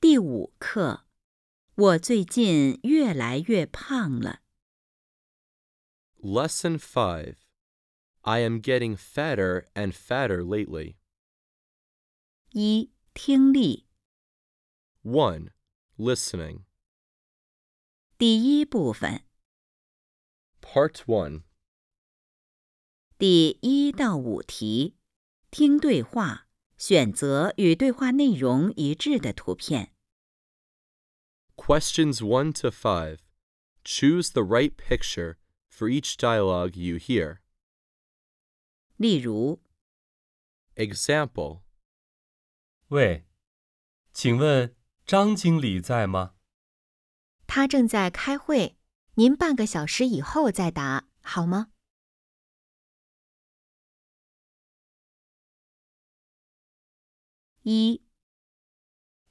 第五课，我最近越来越胖了。 Lesson 5 I am getting fatter and fatter lately. 一、听力 1. Listening. 第一部分 Part 1. 第一到五题，听对话，选择与对话内容一致的图片。 Questions 1 to 5. Choose the right picture for each dialogue you hear. 例如， Example 喂，请问张经理在吗？他正在开会，您半个小时以后再答好吗？一、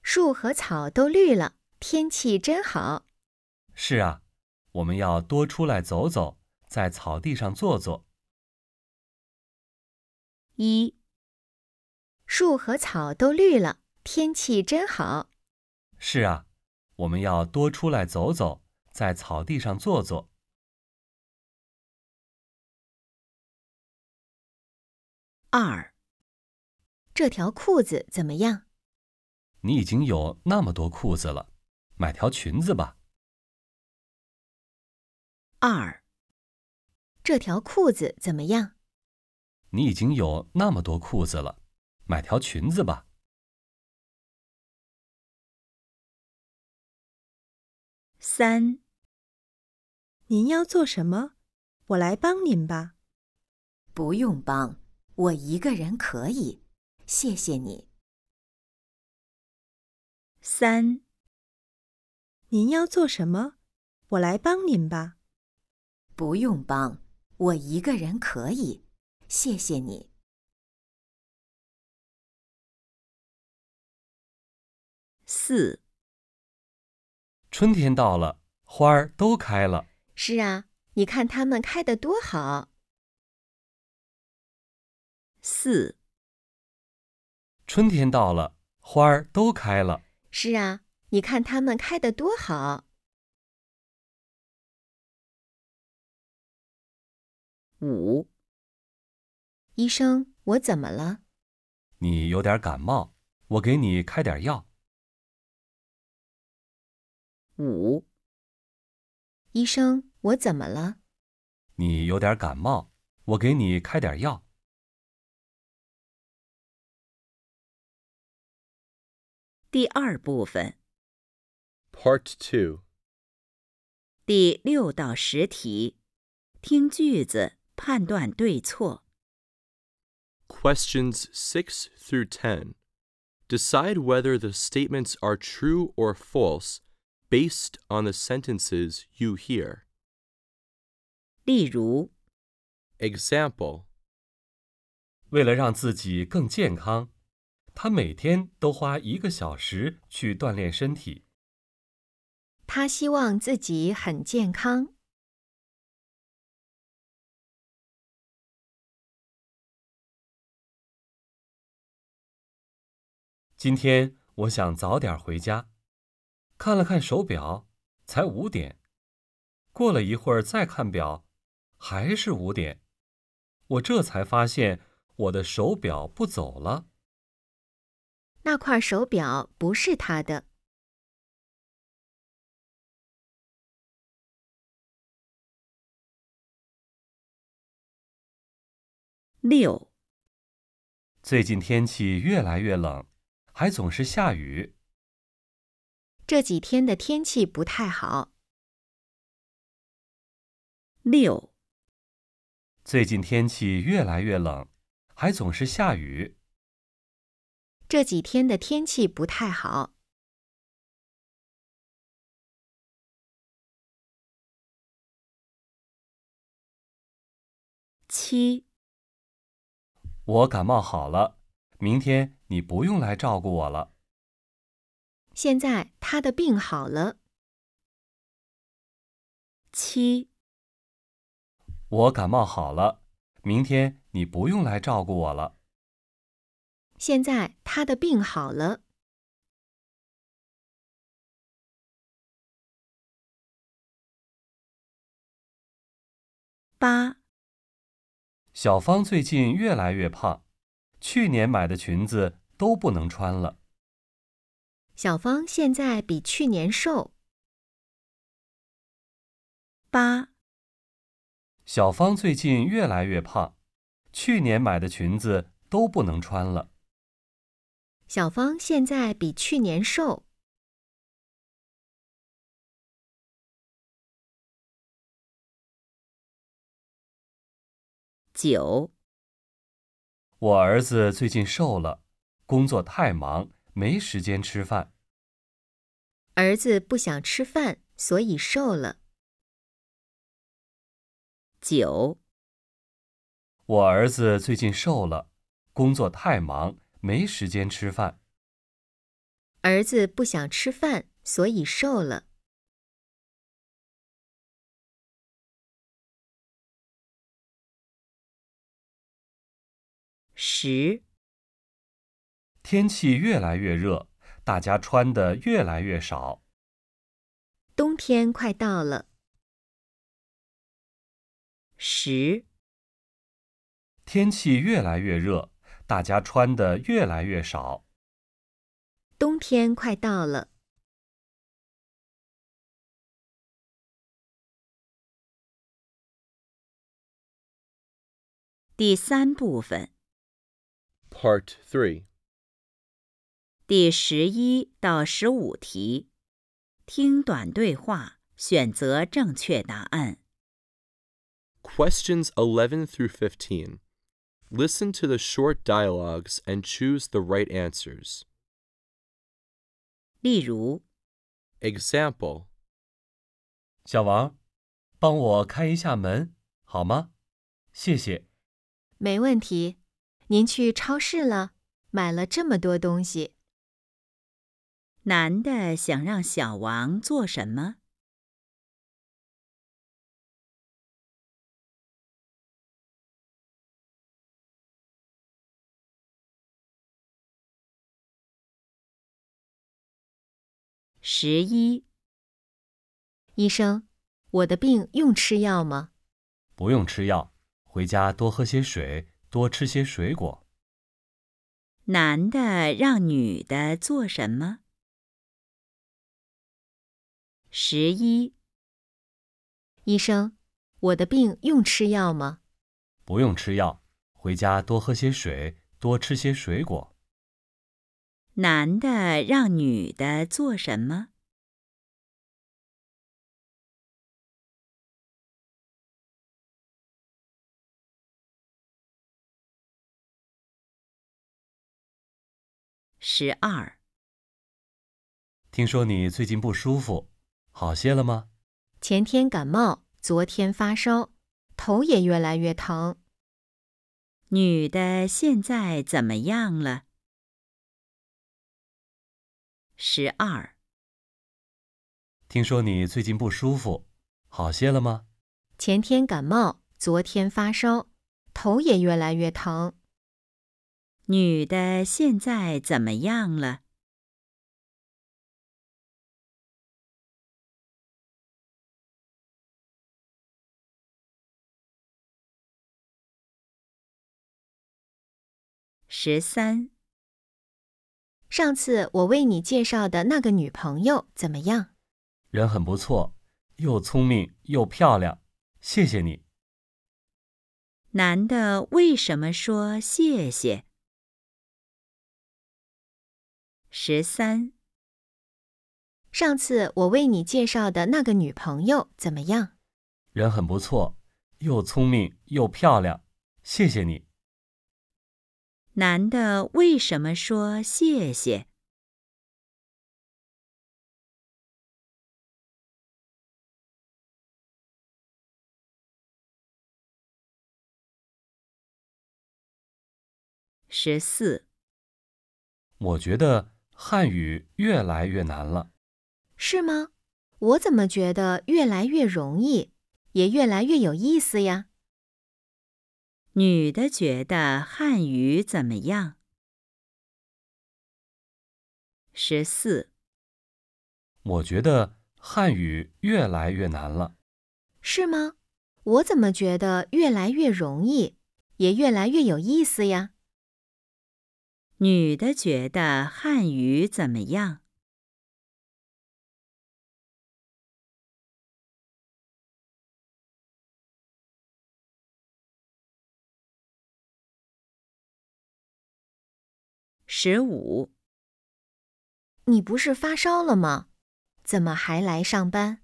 树和草都绿了，天气真好。是啊，我们要多出来走走，在草地上坐坐。一、树和草都绿了，天气真好。是啊，我们要多出来走走，在草地上坐坐。二、这条裤子怎么样？你已经有那么多裤子了，买条裙子吧。二、这条裤子怎么样？你已经有那么多裤子了，买条裙子吧。三、您要做什么？我来帮您吧。不用帮，我一个人可以。谢谢你，三、您要做什么？我来帮您吧。不用帮，我一个人可以。谢谢你，四、春天到了，花儿都开了。是啊，你看它们开得多好。四、春天到了，花儿都开了。是啊，你看它们开得多好。五、医生，我怎么了？你有点感冒，我给你开点药。五、医生，我怎么了？你有点感冒，我给你开点药。第二部分 Part 2. 第六到十题，听句子判断对错。 Questions 6 through 10. Decide whether the statements are true or false based on the sentences you hear. 例如， Example 为了让自己更健康，他每天都花一个小时去锻炼身体。他希望自己很健康。今天我想早点回家，看了看手表，才五点。过了一会儿再看表，还是五点。我这才发现我的手表不走了。那块手表不是他的。六、最近天气越来越冷，还总是下雨。这几天的天气不太好。六、最近天气越来越冷，还总是下雨。这几天的天气不太好。七、我感冒好了，明天你不用来照顾我了。现在他的病好了。七、我感冒好了，明天你不用来照顾我了。现在他的病好了。八，小芳最近越来越胖，去年买的裙子都不能穿了。小芳现在比去年瘦。八小芳最近越来越胖，去年买的裙子都不能穿了。小芳现在比去年瘦。九我儿子最近瘦了，工作太忙，没时间吃饭。儿子不想吃饭，所以瘦了。九我儿子最近瘦了，工作太忙，没时间吃饭。儿子不想吃饭，所以瘦了。十天气越来越热，大家穿的越来越少。冬天快到了，十天气越来越热，大家穿的越来越少。冬天快到了。第三部分 Part 3. 第十一到十五题，听短对话，选择正确答案。 Questions 11 through 15. Listen to the short dialogues and choose the right answers. 例如， Example 小王，帮我开一下门好吗？谢谢。没问题，您去超市了，买了这么多东西。男的想让小王做什么？十一，医生，我的病用吃药吗？不用吃药，回家多喝些水，多吃些水果。男的让女的做什么？十一，医生，我的病用吃药吗？不用吃药，回家多喝些水，多吃些水果。男的让女的做什么？十二，听说你最近不舒服，好些了吗？前天感冒，昨天发烧，头也越来越疼。女的现在怎么样了？十二。听说你最近不舒服，好些了吗？前天感冒，昨天发烧，头也越来越疼。女的现在怎么样了？十三，上次我为你介绍的那个女朋友怎么样？人很不错，又聪明又漂亮，谢谢你。男的为什么说谢谢？十三，上次我为你介绍的那个女朋友怎么样？人很不错，又聪明又漂亮，谢谢你。男的为什么说谢谢？十四。我觉得汉语越来越难了。是吗？我怎么觉得越来越容易，也越来越有意思呀？女的觉得汉语怎么样？十四，我觉得汉语越来越难了。是吗？我怎么觉得越来越容易，也越来越有意思呀？女的觉得汉语怎么样？十五，你不是发烧了吗？怎么还来上班？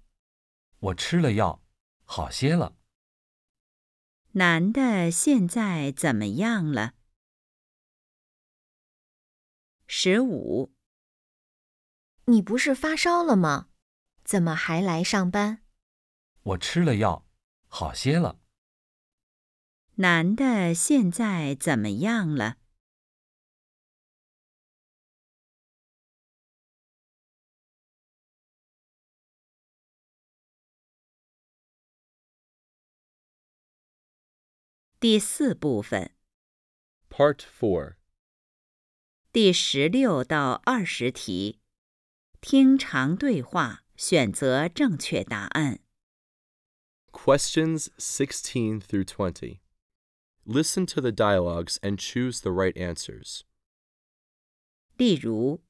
我吃了药，好些了。男的现在怎么样了？十五，你不是发烧了吗？怎么还来上班？我吃了药，好些了。男的现在怎么样了？第四部分 Part 4. 第十六到二十题，听长对话，选择正确答案。 Questions 16 through 20. Listen to the dialogues and choose the right answers. 例如，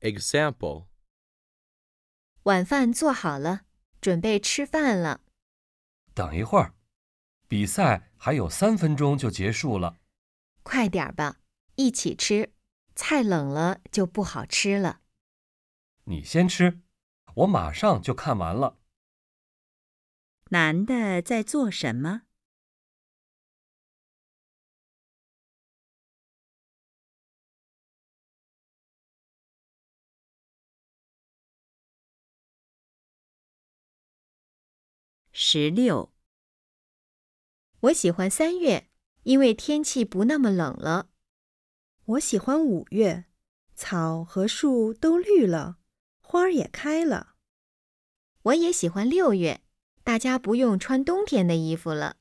Example 晚饭做好了，准备吃饭了。等一会儿，比赛还有三分钟就结束了。快点儿吧，一起吃。菜冷了就不好吃了。你先吃，我马上就看完了。男的在做什么？十六，我喜欢三月，因为天气不那么冷了。我喜欢五月，草和树都绿了，花儿也开了。我也喜欢六月，大家不用穿冬天的衣服了。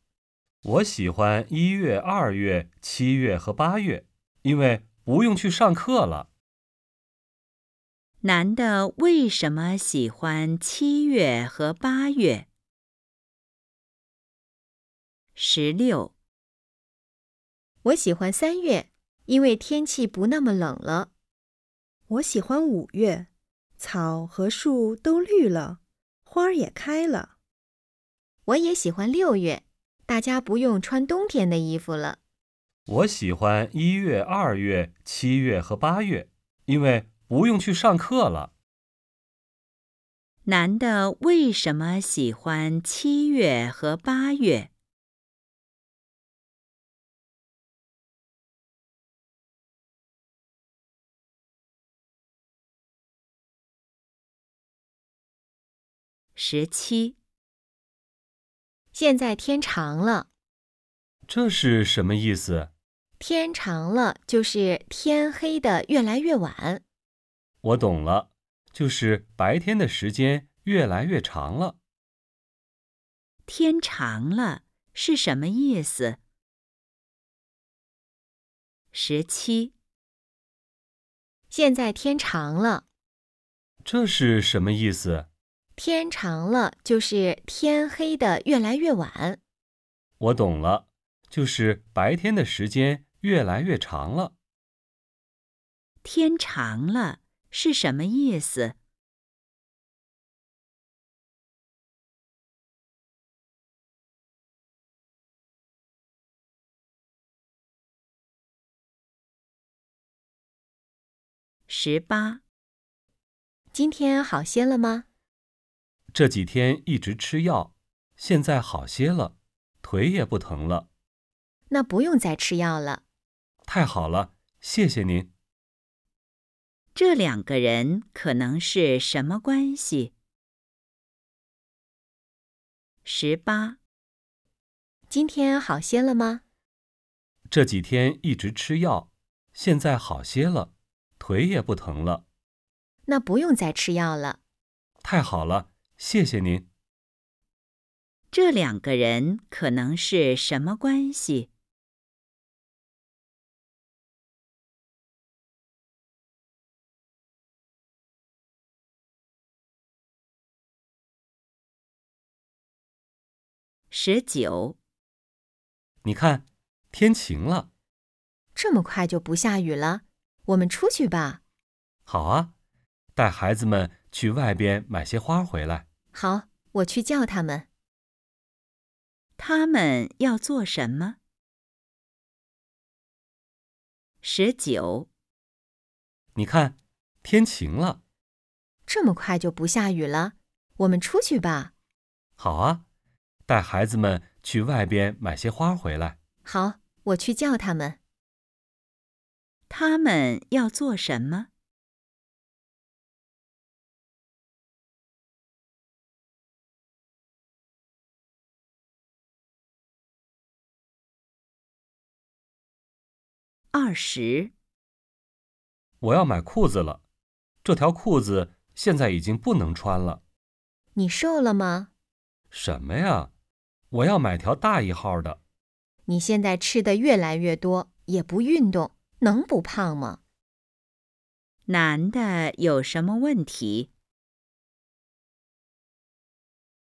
我喜欢一月、二月、七月和八月，因为不用去上课了。男的为什么喜欢七月和八月？十六，我喜欢三月，因为天气不那么冷了。我喜欢五月，草和树都绿了，花儿也开了。我也喜欢六月，大家不用穿冬天的衣服了。我喜欢一月、二月、七月和八月，因为不用去上课了。男的为什么喜欢七月和八月？十七，现在天长了，这是什么意思？天长了就是天黑的越来越晚。我懂了，就是白天的时间越来越长了。天长了是什么意思？十七，现在天长了，这是什么意思？天长了就是天黑的越来越晚。我懂了，就是白天的时间越来越长了。天长了是什么意思？十八，今天好些了吗？这几天一直吃药，现在好些了，腿也不疼了，那不用再吃药了。太好了，谢谢您。这两个人可能是什么关系？十八，今天好些了吗？这几天一直吃药，现在好些了，腿也不疼了，那不用再吃药了。太好了，谢谢您。这两个人可能是什么关系？十九、你看，天晴了，这么快就不下雨了，我们出去吧。好啊，带孩子们去外边买些花回来。好，我去叫他们。他们要做什么？十九、你看，天晴了，这么快就不下雨了，我们出去吧。好啊，带孩子们去外边买些花回来。好，我去叫他们。他们要做什么？二十、我要买裤子了，这条裤子现在已经不能穿了。你瘦了吗？什么呀？我要买条大一号的。你现在吃的越来越多，也不运动，能不胖吗？男的有什么问题？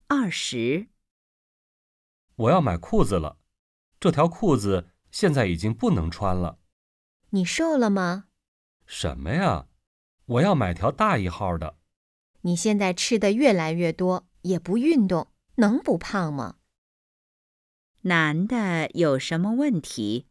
二十、我要买裤子了，这条裤子现在已经不能穿了。你瘦了吗？什么呀？我要买条大一号的。你现在吃的越来越多，也不运动，能不胖吗？男的有什么问题？